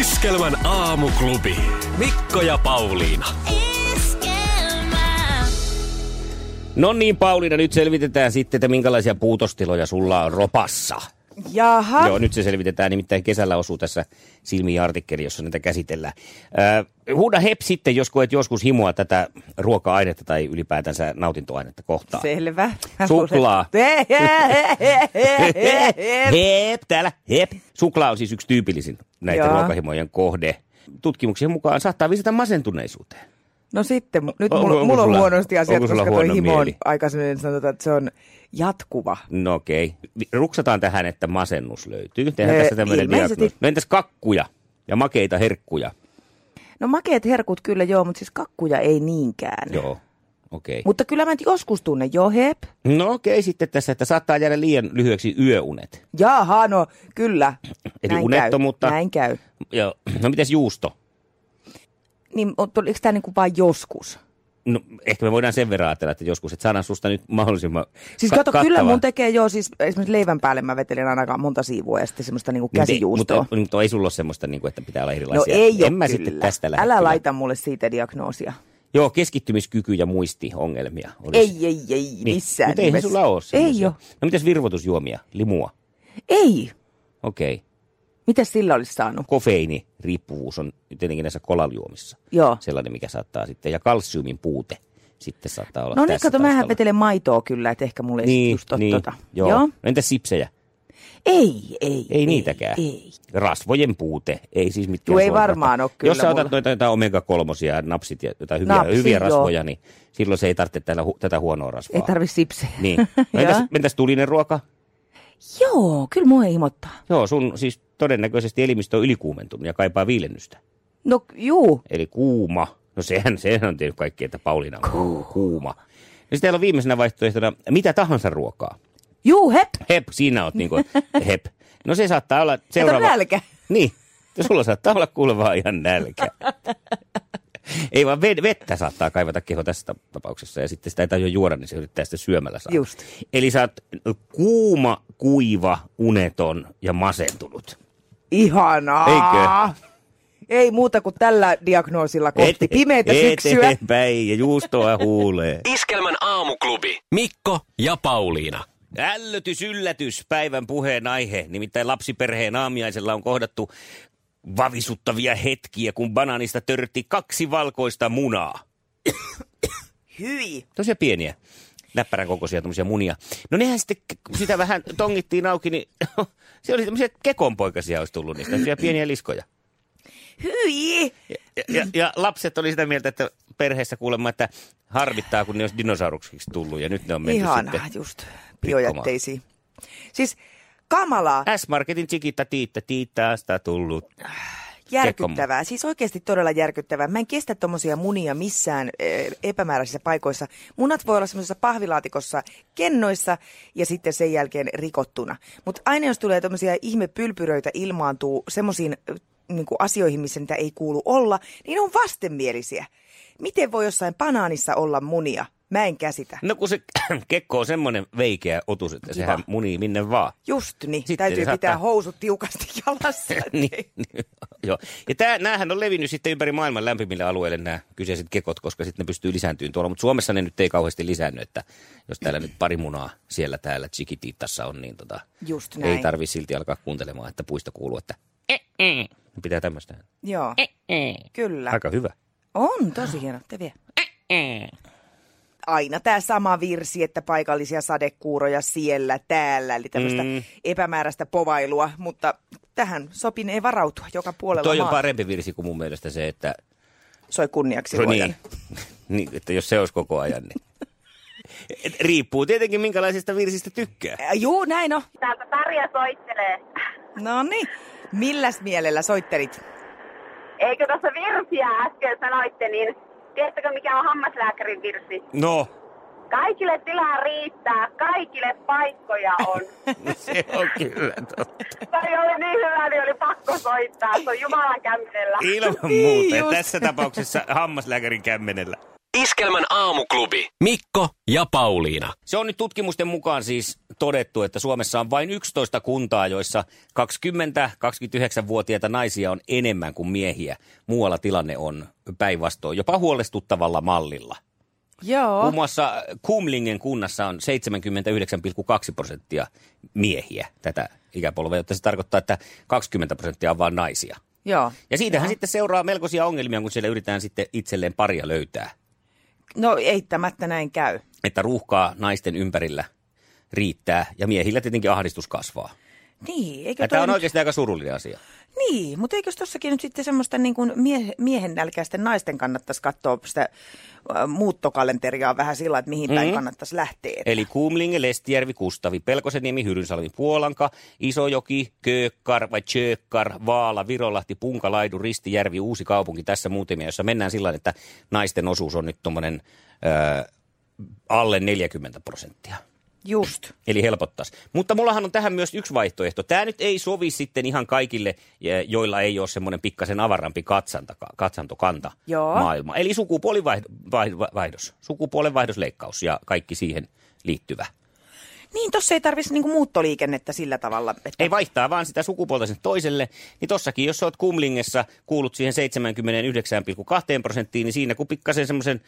Iskelmän aamuklubi. Mikko ja Pauliina. No niin, Pauliina, nyt selvitetään sitten, että minkälaisia puutostiloja sulla on ropassa. Jaha. Joo, nyt se selvitetään, nimittäin kesällä osuu tässä silmiin artikkeli, jossa näitä käsitellään. Äh, huuda hep sitten, jos koet joskus himoa tätä ruoka-ainetta tai ylipäätänsä nautintoainetta kohtaan. Selvä. Mä Suklaa. luulen- Hep, täällä, hep. Suklaa on siis yksi tyypillisin näitä Joo. ruokahimojen kohde. Tutkimuksien mukaan saattaa lisätä masentuneisuuteen. No sitten, mu- nyt Onko- mulla, onko mulla on sulla- huonosti asiat, onko sulla koska tuo huono himo on mieli? aika sellainen, sanotaan, että se on jatkuva. No okei. Ruksataan tähän, että masennus löytyy. Tehdään Öö, tässä tämmöinen ilmeisesti- diagnoosi. No entäs kakkuja ja makeita herkkuja? No makeet herkut kyllä joo, mutta siis kakkuja ei niinkään. Joo, okei. Mutta kyllä mä nyt joskus tunnen jo hep. No okei sitten tässä, että saattaa jäädä liian lyhyeksi yöunet. Jaha, no kyllä. Eli Näin unettomuutta. Käy. Näin käy. Ja, no mites juusto? Niin o- oliko tämä niinku vain joskus? No ehkä me voidaan sen verran ajatella, että joskus, että saadaan susta nyt mahdollisimman Siis ka- kato, kyllä kattava. mun tekee joo, siis esimerkiksi leivän päälle mä vetelin aina monta siivua ja sitten semmoista niinku Niin, käsijuustoa. Mutta, mutta ei sulla ole semmoista, niin kuin, että pitää olla No erilaisia. ei ole en mä kyllä. sitten tästä lähde. Älä kyllä. laita mulle siitä diagnoosia. Joo, keskittymiskyky ja muistiongelmia. Olisi. Niin, Ei, ei, ei, missään Mutta eihän nimessä. sulla ole Ei semmoisia. ole. No mitäs virvotusjuomia? Limua? Ei. Okei. Okay. Mitä sillä olisi saanut? Kofeiiniriippuvuus on tietenkin näissä kolaljuomissa Joo. sellainen, mikä saattaa sitten, ja kalsiumin puute sitten saattaa olla No niin, tässä kato, mähän taustalla. vetelen maitoa kyllä, että ehkä mulle ei sit niin, just ole niin, tota. Joo. joo. No entäs sipsejä? Ei, ei. Ei, niitäkään. Ei. Rasvojen puute, ei siis mitkään Joo, ei suorat- varmaan ole kyllä Jos sä otat mulla. noita jotain omega-kolmosia, napsit ja jotain hyviä, Napsi, hyviä joo. rasvoja, niin silloin se ei tarvitse tällä, hu- tätä huonoa rasvaa. Ei tarvi sipsejä. Niin. No entäs, Joo. entäs tulinen ruoka? Joo, kyllä mua ei himottaa. Joo, sun siis todennäköisesti elimistö on ylikuumentunut ja kaipaa viilennystä. No juu, Eli kuuma. No sehän, sehän on tehnyt kaikki, että Pauliina on ku- kuuma. Ja sitten täällä on viimeisenä vaihtoehtona mitä tahansa ruokaa. juu, hep. Hep, siinä oot niin kuin, hep. No se saattaa olla Kato seuraava. nälkä. Niin, ja sulla saattaa olla kuulevaa ihan nälkä. Ei vaan ved- vettä saattaa kaivata keho tässä ta- tapauksessa ja sitten sitä ei tajua juoda, niin se yrittää sitä syömällä saada. Just. Eli sä oot kuuma, kuiva, uneton ja masentunut. Ihanaa. Eikö? Ei muuta kuin tällä diagnoosilla kohti Et- pimeitä et- syksyä. Eteenpäin ja juustoa huulee. Iskelmän aamuklubi. Mikko ja Pauliina. Ällötys, yllätys, päivän puheen aihe. Nimittäin lapsiperheen aamiaisella on kohdattu vavisuttavia hetkiä, kun banaanista törtti kaksi valkoista munaa. Hyi. Tosiaan pieniä, näppärän kokoisia tämmöisiä munia. No nehän sitten, kun sitä vähän tongittiin auki, niin se oli tämmöisiä kekonpoikasia olisi tullut niistä, tämmöisiä pieniä liskoja. Hyi. Ja, ja, ja lapset oli sitä mieltä, että perheessä kuulemma, että harvittaa, kun ne olisi dinosauruksiksi tullut ja nyt ne on mennyt Ihanaa, sitten. just biojätteisiin. Siis kamalaa, Äh, S-Marketin chikitta tiitta tiittaasta tullut. järkyttävää, siis oikeasti todella järkyttävää. Mä en kestä tommosia munia missään eh, epämääräisissä paikoissa. Munat voi olla semmoisessa pahvilaatikossa kennoissa ja sitten sen jälkeen rikottuna. Mutta aina jos tulee tommosia ihmepylpyröitä ilmaantuu semmoisiin niin asioihin, missä niitä ei kuulu olla, niin ne on vastenmielisiä. Miten voi jossain banaanissa olla munia? Mä en käsitä. No kun se kekko on semmoinen veikeä otus, että sehän munii minne vaan. Just niin, Sitten täytyy saattaa- pitää housut tiukasti jalassa. niin, niin, joo. Ja tää, näähän on levinnyt sitten ympäri maailman lämpimille alueille nämä kyseiset kekot, koska sitten ne pystyy lisääntymään tuolla. Mutta Suomessa ne nyt ei kauheasti lisännyt, että jos täällä nyt pari munaa siellä täällä Chiquititassa on, niin tota, Just näin. Eh, ei tarvi silti alkaa kuuntelemaan, että puista kuuluu, että pitää tämmöistä. Joo, kyllä. Aika hyvä. On, tosi hieno. Te vie. Aina tämä sama virsi, että paikallisia sadekuuroja siellä, täällä, eli tämmöistä Mm. epämääräistä povailua, mutta tähän sopin ei varautua joka puolella Toi on maata. parempi virsi kuin mun mielestä se, että Soi kunniaksi No luojan. niin. niin, että jos se olisi koko ajan, niin. Et riippuu tietenkin minkälaisista virsistä tykkää. Ää, Juu, näin on. Täältä Tarja soittelee. No niin. Milläs mielellä soittelit? Eikö tuossa virsiä äsken sanoitte, niin tiedättekö mikä on hammaslääkärin virsi? No, Kaikille tilaa riittää, kaikille paikkoja on. no se on kyllä totta. Toi oli niin hyvä, niin oli pakko soittaa. Se on Jumalan kämmenellä. Ilman muuta. Ja tässä tapauksessa hammaslääkärin kämmenellä. Iskelmän aamuklubi. Mikko ja Pauliina. Se on nyt tutkimusten mukaan siis todettu, että Suomessa on vain 11 kuntaa, joissa 20-29-vuotiaita naisia on enemmän kuin miehiä. Muualla tilanne on päinvastoin, jopa huolestuttavalla mallilla. Joo. Muun muassa äh, Kumlingen kunnassa on 79,2 prosenttia miehiä tätä ikäpolvea, jotta se tarkoittaa, että 20 prosenttia on vain naisia. Joo. Ja siitähän sitten seuraa melkoisia ongelmia, kun siellä yritetään sitten itselleen paria löytää. No eittämättä näin käy. Että ruuhkaa naisten ympärillä riittää ja miehillä tietenkin ahdistus kasvaa. Niin, eikö Ja tämä toi on nyt- oikeasti aika surullinen asia. Niin, mutta eikös tossakin nyt sitten semmoista niin kuin mie- miehen nälkäisten naisten kannattaisi katsoa sitä äh, muuttokalenteria vähän sillä, että mihin päin Mm. kannattaisi lähteä. Eli Kumlinge, Lestijärvi, Kustavi, Pelkoseniemi, Hyrynsalmi, Puolanka, Isojoki, Köökkar vai Tjöökkar, Vaala, Virolahti, Punkalaidu, Ristijärvi, Uusi kaupunki. Tässä muutamia, jossa mennään sillä tavalla, että naisten osuus on nyt tuommoinen alle 40 prosenttia. Just. Eli helpottaisi. Mutta mullahan on tähän myös yksi vaihtoehto. Tämä nyt ei sovi sitten ihan kaikille, eh, joilla ei ole semmoinen pikkasen avarampi katsanta, katsantokanta Joo. maailma. Eli sukupuolivaihdos, sukupuolenvaihdosleikkaus ja kaikki siihen liittyvä. Niin, tossa ei tarvitsisi niin muuttoliikennettä sillä tavalla. Että... Ei vaihtaa vaan sitä sukupuolta sen toiselle, niin tossakin jos sä oot kumlingessa, kuulut siihen 79,2 prosenttiin, niin siinä kun pikkasen semmoisen,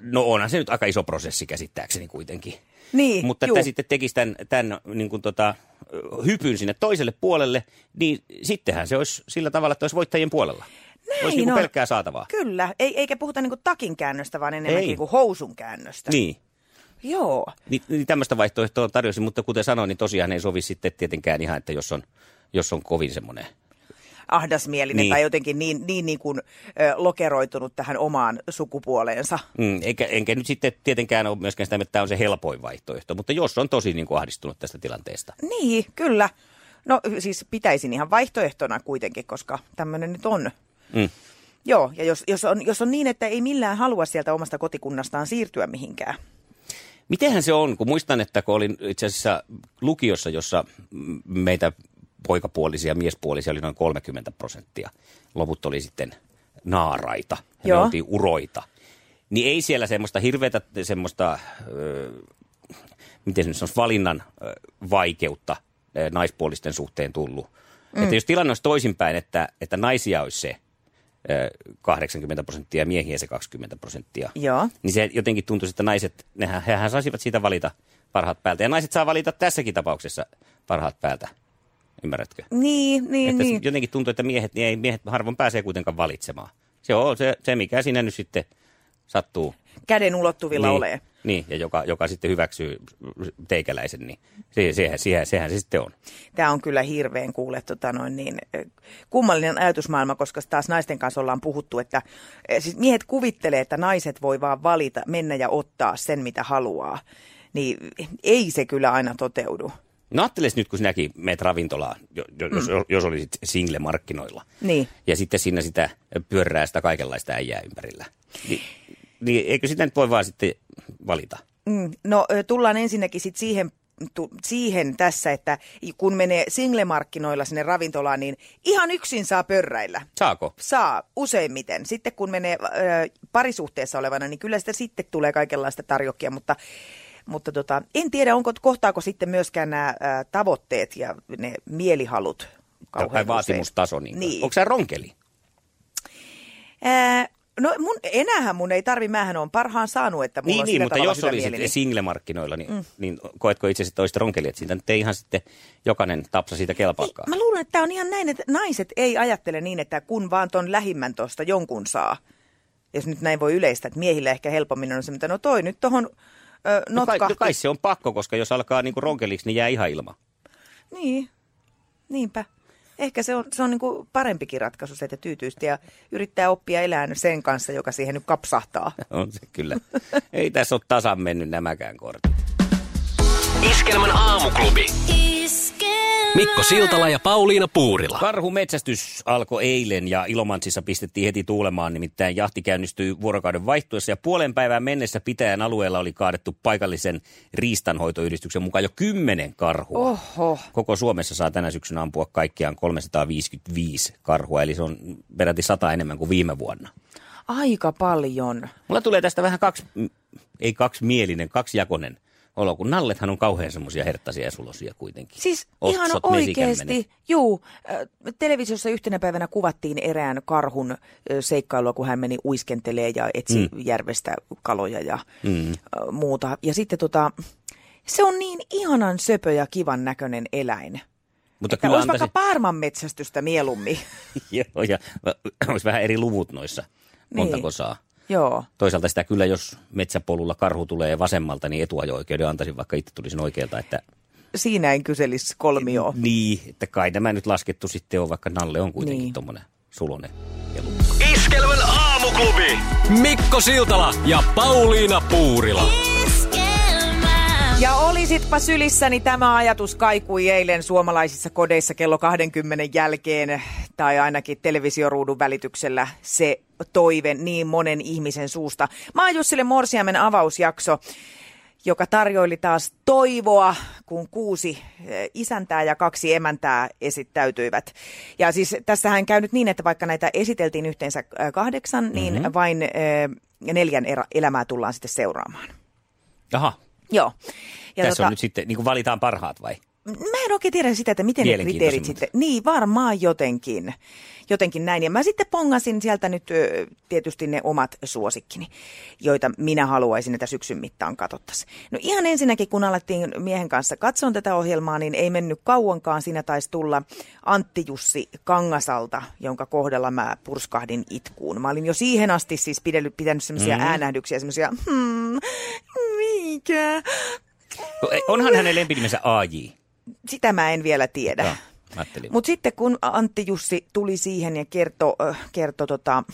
no onhan se nyt aika iso prosessi käsittääkseni kuitenkin. Niin, Mutta juu. että sitten tekisi tämän, tämän niin kuin tota, hypyn sinne toiselle puolelle, niin sittenhän se olisi sillä tavalla, että olisi voittajien puolella. Näin olisi niin kuin on. pelkkää saatavaa. Kyllä, ei, eikä puhuta niin kuin takin käännöstä, vaan enemmänkin Ei. niin kuin housun käännöstä. Niin. Joo. Niin, niin tämmöistä vaihtoehtoa tarjosin, mutta kuten sanoin, niin tosiaan ei sovi sitten tietenkään ihan, että jos on, jos on kovin semmoinen ahdasmielinen Niin. tai jotenkin niin, niin, niin kuin, ö, lokeroitunut tähän omaan sukupuoleensa. Mm, eikä, enkä nyt sitten tietenkään ole myöskään sitä, mieltä, että tämä on se helpoin vaihtoehto, mutta jos on tosi niin kuin ahdistunut tästä tilanteesta. Niin, kyllä. No siis pitäisin ihan vaihtoehtona kuitenkin, koska tämmöinen nyt on. Mm. Joo, ja jos, jos, on, jos on niin, että ei millään halua sieltä omasta kotikunnastaan siirtyä mihinkään. Mitenhän se on, kun muistan, että kun olin itse asiassa lukiossa, jossa mm, meitä poikapuolisia ja miespuolisia oli noin 30 prosenttia, loput oli sitten naaraita ja Joo. Joo. me oltiin uroita, niin ei siellä semmoista hirveätä semmoista, ö, miten se nyt sanoisi, valinnan ö, vaikeutta ö, naispuolisten suhteen tullut. Mm. Että jos tilanne olisi toisinpäin, että, että naisia olisi se ö, 80 prosenttia ja miehiä se 20 prosenttia, Joo. niin se jotenkin tuntuisi, että naiset, nehän, hehän saisivat siitä valita parhaat päältä. Ja naiset saa valita tässäkin tapauksessa parhaat päältä. Ymmärrätkö? Niin, niin, että se niin. Jotenkin tuntuu, että miehet, niin ei, miehet harvoin pääsee kuitenkaan valitsemaan. Se on se, se mikä siinä nyt sitten sattuu. Käden ulottuvilla niin, olee. Niin, ja joka, joka sitten hyväksyy teikäläisen, niin se, sehän, sehän, sehän se sitten on. Tämä on kyllä hirveän kuule tota noin, niin, ö, kummallinen ajatusmaailma, koska taas naisten kanssa ollaan puhuttu, että ö, siis miehet kuvittelee, että naiset voi vaan valita, mennä ja ottaa sen, mitä haluaa. Niin ei se kyllä aina toteudu. No ajatteles nyt, kun sinäkin meet ravintolaan, jo- jo- jos, mm. jos olisit single-markkinoilla. Niin. Ja sitten siinä sitä pyörää sitä kaikenlaista äijää ympärillä. Ni, niin eikö sitä nyt voi vaan sitten valita? Mm, No ö, tullaan ensinnäkin sit siihen, tu, siihen tässä, että kun menee singlemarkkinoilla sinne ravintolaan, niin ihan yksin saa pörräillä. Saako? Saa useimmiten. Sitten kun menee ö, parisuhteessa olevana, niin kyllä sitä sitten tulee kaikenlaista tarjokkia, mutta, mutta tota, en tiedä, onko kohtaako sitten myöskään nämä ö, tavoitteet ja ne mielihalut. kauhean tai usein. vaatimustaso. Niin. Niin. Onko sä ronkeli? Ää, no mun, enäähän mun ei tarvi, mähän on parhaan saanut, että mulla Niin, on niin sillä mutta tavalla jos hyvä olisit mieli, niin- single-markkinoilla, niin, mm. niin koetko itse asiassa, että olisit ronkeli? Että siitä nyt ei ihan sitten jokainen tapsa siitä kelpaakaan. Ei, Mä luulen, että tämä on ihan näin, että naiset ei ajattele niin, että kun vaan ton lähimmän tuosta jonkun saa. Jos nyt näin voi yleistää, että miehillä ehkä helpommin on se, mitä no toi nyt tohon ö, No kai, notkahti. no kai se on pakko, koska jos alkaa niinku ronkeliksi, niin jää ihan ilman. Niin, niinpä. Ehkä se on, se on niinku parempikin ratkaisu se, että tyytyisi ja yrittää oppia elämään sen kanssa, joka siihen nyt kapsahtaa. On se kyllä. Ei tässä ole tasan mennyt nämäkään kortit. Iskelmän aamuklubi. Iskelmä. Mikko Siltala ja Pauliina Puurila. Karhumetsästys alkoi eilen ja Ilomantsissa pistettiin heti tuulemaan, nimittäin jahti käynnistyi vuorokauden vaihtuessa ja puolen päivään mennessä pitäjän alueella oli kaadettu paikallisen riistanhoitoyhdistyksen mukaan jo kymmenen karhua. Oho. Koko Suomessa saa tänä syksynä ampua kaikkiaan 355 karhua, eli se on peräti sata enemmän kuin viime vuonna. Aika paljon. Mulla tulee tästä vähän kaksi, ei kaksi mielinen, kaksijakonen olo, kun nallethan on kauhean semmoisia herttaisia ja sulosia kuitenkin. Siis Otsot, ihan mesikämmenet. oikeasti, juu, äh, televisiossa yhtenä päivänä kuvattiin erään karhun äh, seikkailua, kun hän meni uiskentelee ja etsi mm. järvestä kaloja ja mm. äh, muuta. Ja sitten tota, se on niin ihanan söpö ja kivan näköinen eläin. Mutta Tämä kyllä olisi vaikka antaisin, paarman metsästystä mieluummin. joo, ja olisi vähän eri luvut noissa, montako Niin. saa. Joo. Toisaalta sitä kyllä, jos metsäpolulla karhu tulee vasemmalta, niin etuajo-oikeuden antaisin, vaikka itse tulisin oikealta, että Siinä en kyselisi kolmioon. niin, että kai nämä nyt laskettu sitten on, vaikka nalle on kuitenkin niin. Niin. tuommoinen sulonen ja lukko. Iskelmän aamuklubi. Mikko Siltala ja Pauliina Puurila. Ja olisitpa sylissä, niin tämä ajatus kaikui eilen suomalaisissa kodeissa kello 20 jälkeen, tai ainakin televisioruudun välityksellä se toive niin monen ihmisen suusta. Mä oon Jussille Morsiamen avausjakso, joka tarjoili taas toivoa, kun kuusi eh, isäntää ja kaksi emäntää esittäytyivät. Ja siis tässähän käy nyt niin, että vaikka näitä esiteltiin yhteensä eh, kahdeksan, mm-hmm. Mhm. niin vain eh, neljän erä- elämää tullaan sitten seuraamaan. Jaha, Joo. ja tässä tota... on nyt sitten, niin kuin valitaan parhaat vai? Mä en oikein tiedä sitä, että miten ne kriteerit Mielenkiintoisimmat. sitten... Niin, varmaan jotenkin. Jotenkin näin. Ja mä sitten pongasin sieltä nyt ö, tietysti ne omat suosikkini, joita minä haluaisin, että syksyn mittaan katsottaisiin. No ihan ensinnäkin, kun alettiin miehen kanssa katsoa tätä ohjelmaa, niin ei mennyt kauankaan. Siinä taisi tulla Antti Jussi Kangasalta, jonka kohdalla mä purskahdin itkuun. Mä olin jo siihen asti siis pidellyt, pitänyt semmoisia mm. äänähdyksiä, semmoisia hmm, mikä? No, ei, Onhan hänen lempinimensä AJ. Sitä mä en vielä tiedä. Joo, mä ajattelin. Mutta sitten kun Antti Jussi tuli siihen ja kertoi kerto, tota,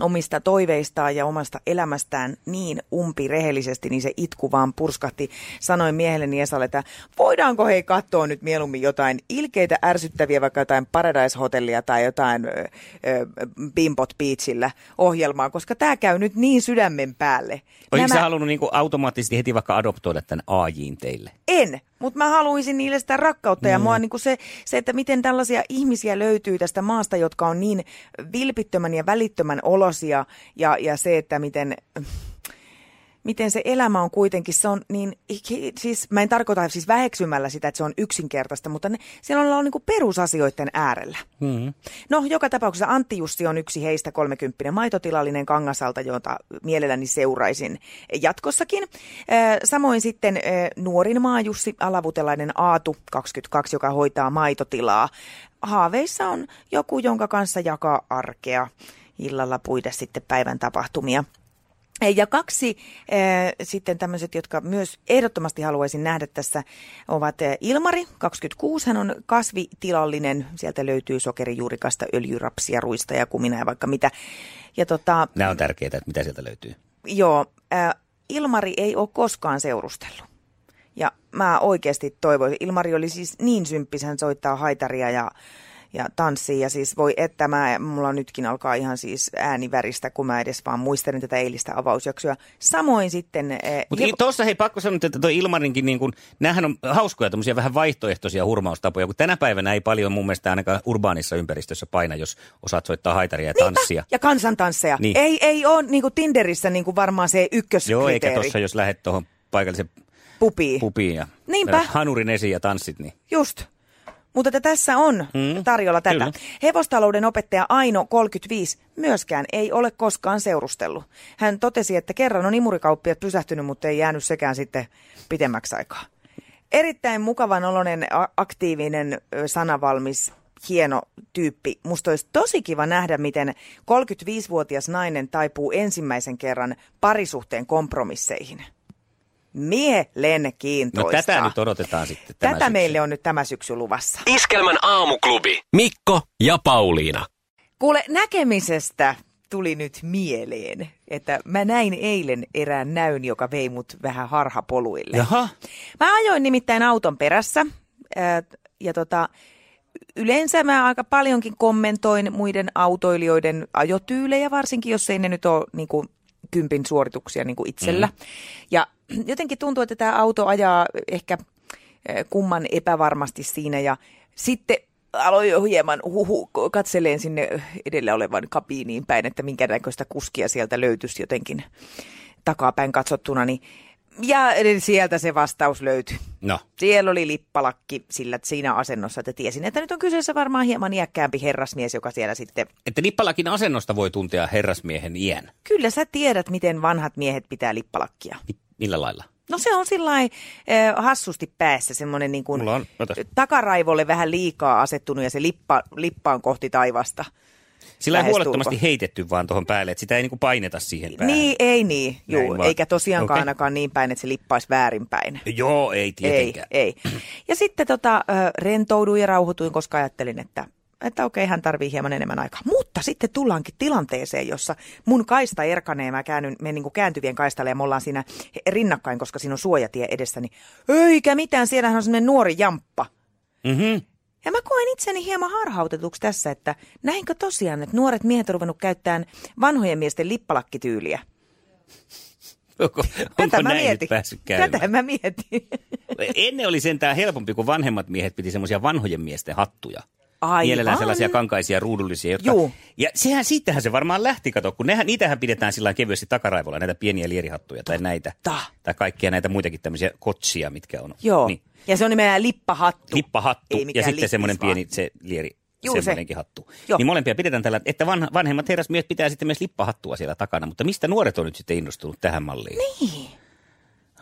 omista toiveistaan ja omasta elämästään niin umpi rehellisesti, niin se itku vaan purskahti. Sanoin miehelleni Esalle, että voidaanko hei katsoa nyt mieluummin jotain ilkeitä, ärsyttäviä, vaikka jotain Paradise Hotellia tai jotain ö, ö, Bimbot Beachillä ohjelmaa, koska tämä käy nyt niin sydämen päälle. Olisitko sä Nämä- halunnut niin kuin automaattisesti heti vaikka adoptoida tämän AJin teille? en, mutta mä haluaisin niille sitä rakkautta ja mua niin kuin se, se, että miten tällaisia ihmisiä löytyy tästä maasta, jotka on niin vilpittömän ja välittömän olosia ja, ja se, että miten, miten se elämä on kuitenkin, se on niin, siis mä en tarkoita siis väheksymällä sitä, että se on yksinkertaista, mutta ne, siellä ollaan niin kuin perusasioiden äärellä. Hmm. No, joka tapauksessa Antti Jussi on yksi heistä kolmekymppinen maitotilallinen Kangasalta, jota mielelläni seuraisin jatkossakin. Eh, Samoin sitten eh, nuorin maa Jussi Alavutelainen Aatu, 22, joka hoitaa maitotilaa. Haaveissa on joku, jonka kanssa jakaa arkea. Illalla puida sitten päivän tapahtumia. Eh, Ja kaksi äh, sitten tämmöiset, jotka myös ehdottomasti haluaisin nähdä tässä, ovat äh, Ilmari, 26, hän on kasvitilallinen, sieltä löytyy sokerijuurikasta, öljyrapsia, ruista ja kumina ja vaikka mitä. Ja tota, Nämä on tärkeitä, että mitä sieltä löytyy. joo, äh, Ilmari ei ole koskaan seurustellut. Ja mä oikeasti toivoisin, Ilmari oli siis niin symppis, hän soittaa haitaria ja, ja tanssii. Ja siis voi että, mä, mulla nytkin alkaa ihan siis ääniväristä, kun mä edes vaan muistelin tätä eilistä avausjaksoa. Samoin sitten... eh, Mutta hiev- tuossa hei pakko sanoa, että tuo Ilmarinkin, niin kun, näähän on hauskoja tämmöisiä vähän vaihtoehtoisia hurmaustapoja, kun tänä päivänä ei paljon mun mielestä ainakaan urbaanissa ympäristössä paina, jos osaat soittaa haitaria ja tanssia. Ja kansantansseja. Niin. Niin. Ei, ei ole niin kuin Tinderissä niin kuin varmaan se ykköskriteeri. Joo, eikä tuossa, jos lähdet tuohon paikallisen Pupiin. pupiin ja Niinpä. vedät hanurin esiin ja tanssit, niin Just. Mutta että tässä on Mm, mm, tarjolla tätä. kyllä. Kyllä. Hevostalouden opettaja Aino 35 myöskään ei ole koskaan seurustellut. Hän totesi, että kerran on imurikauppiat pysähtynyt, mutta ei jäänyt sekään sitten pitemmäksi aikaa. Erittäin mukavan oloinen, a- aktiivinen, ö, sanavalmis, hieno tyyppi. Musta olisi tosi kiva nähdä, miten 35-vuotias nainen taipuu ensimmäisen kerran parisuhteen kompromisseihin. no Mielenkiintoista. tätä nyt odotetaan sitten. Tätä tämä syksy. meille on nyt tämä syksy luvassa. Iskelmän aamuklubi. Mikko ja Pauliina. Kuule, näkemisestä tuli nyt mieleen, että mä näin eilen erään näyn, joka vei mut vähän harhapoluille. Jaha, Mä ajoin nimittäin auton perässä äh, ja tota, yleensä mä aika paljonkin kommentoin muiden autoilijoiden ajotyylejä, varsinkin jos ei ne nyt ole niin kuin, kympin suorituksia niin kuin itsellä. Mm. Ja jotenkin tuntuu, että tämä auto ajaa ehkä eh, kumman epävarmasti siinä ja sitten aloin jo hieman huhu, katseleen sinne edellä olevan kabiiniin päin, että minkä näköistä kuskia sieltä löytyisi jotenkin takapäin katsottuna, niin ja sieltä se vastaus löytyi. No. Siellä oli lippalakki sillä siinä asennossa, että tiesin, että nyt on kyseessä varmaan hieman iäkkäämpi herrasmies, joka siellä sitten... Että lippalakin asennosta voi tuntea herrasmiehen iän. Kyllä sä tiedät, miten vanhat miehet pitää lippalakkia. Mi- Millä lailla? No se on sillä eh, hassusti päässä, semmoinen niin kuin Mulla on. Otas. takaraivolle vähän liikaa asettunut ja se lippa, lippa on kohti taivasta. Sillä on Lähestulkoon. huolettomasti heitetty vaan tuohon päälle, että sitä ei niinku paineta siihen päälle. Niin, ei niin, Näin juu, vaan. eikä tosiaankaan Okei. okay. ainakaan niin päin, että se lippaisi väärinpäin. Joo, ei Ei, tietenkään. ei. Ja sitten tota, ö, rentouduin ja rauhoituin, koska ajattelin, että että okei, hän tarvii hieman enemmän aikaa. Mutta sitten tullaankin tilanteeseen, jossa mun kaista erkanee ja mä käännyn, menen niin kääntyvien kaistalle ja me ollaan siinä rinnakkain, koska siinä on suojatie edessä. Niin, eikä mitään, siellähän on semmoinen nuori jamppa. Mm-hmm. Ja mä koen itseni hieman harhautetuksi tässä, että näinkö tosiaan, että nuoret miehet on ruvennut käyttämään vanhojen miesten lippalakkityyliä. Onko, onko näin nyt päässyt käymään? Tätä mä mietin. Ennen oli sentään helpompi, kun vanhemmat miehet piti semmoisia vanhojen miesten hattuja. Aivan. Mielellään sellaisia kankaisia, ruudullisia. Jotka... Juu. Ja sehän, siitähän se varmaan lähti, kato, kun nehän, niitähän pidetään sillä lailla kevyesti takaraivolla, näitä pieniä lierihattuja tai näitä. Tai kaikkia näitä muitakin tämmöisiä kotsia, mitkä on. Joo. Niin. Niin. Ja se on nimellä lippahattu. Lippahattu Ei ja mikään sitten lippis semmoinen vaan. pieni se lieri, Juu, se. semmoinenkin hattu. Joo. Niin molempia pidetään tällä, että vanha, vanhemmat herrasmiehet pitää sitten myös lippahattua siellä takana. Mutta mistä nuoret on nyt sitten innostunut tähän malliin? Niin.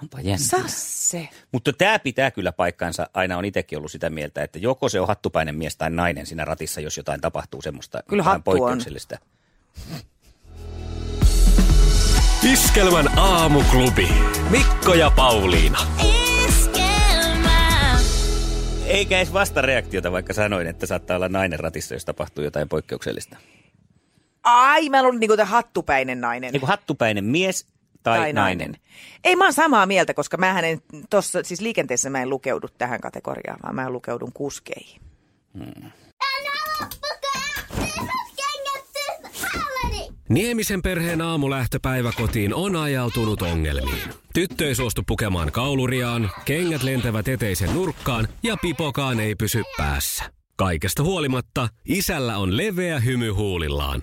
Onpa jännä. Sasse. Mutta tämä pitää kyllä paikkansa. Aina on itsekin ollut sitä mieltä, että joko se on hattupäinen mies tai nainen siinä ratissa, jos jotain tapahtuu semmoista Kyllä vähän hattu on. poikkeuksellista. Iskelmän aamuklubi. Mikko ja Pauliina. Esquema, Eikä edes vastareaktiota, vaikka sanoin, että saattaa olla nainen ratissa, jos tapahtuu jotain poikkeuksellista. Ai, mä olin niinku tää hattupäinen nainen. Niin kuin hattupäinen mies tai, tai nainen. nainen. Ei, mä oon samaa mieltä, koska mä en tossa, siis liikenteessä mä en lukeudu tähän kategoriaan, vaan mä lukeudun kuskeihin. Niemisen perheen aamulähtöpäivä kotiin on ajautunut ongelmiin. Tyttö ei suostu pukemaan kauluriaan, kengät lentävät eteisen nurkkaan ja pipokaan ei pysy päässä. Kaikesta huolimatta, isällä on leveä hymy huulillaan.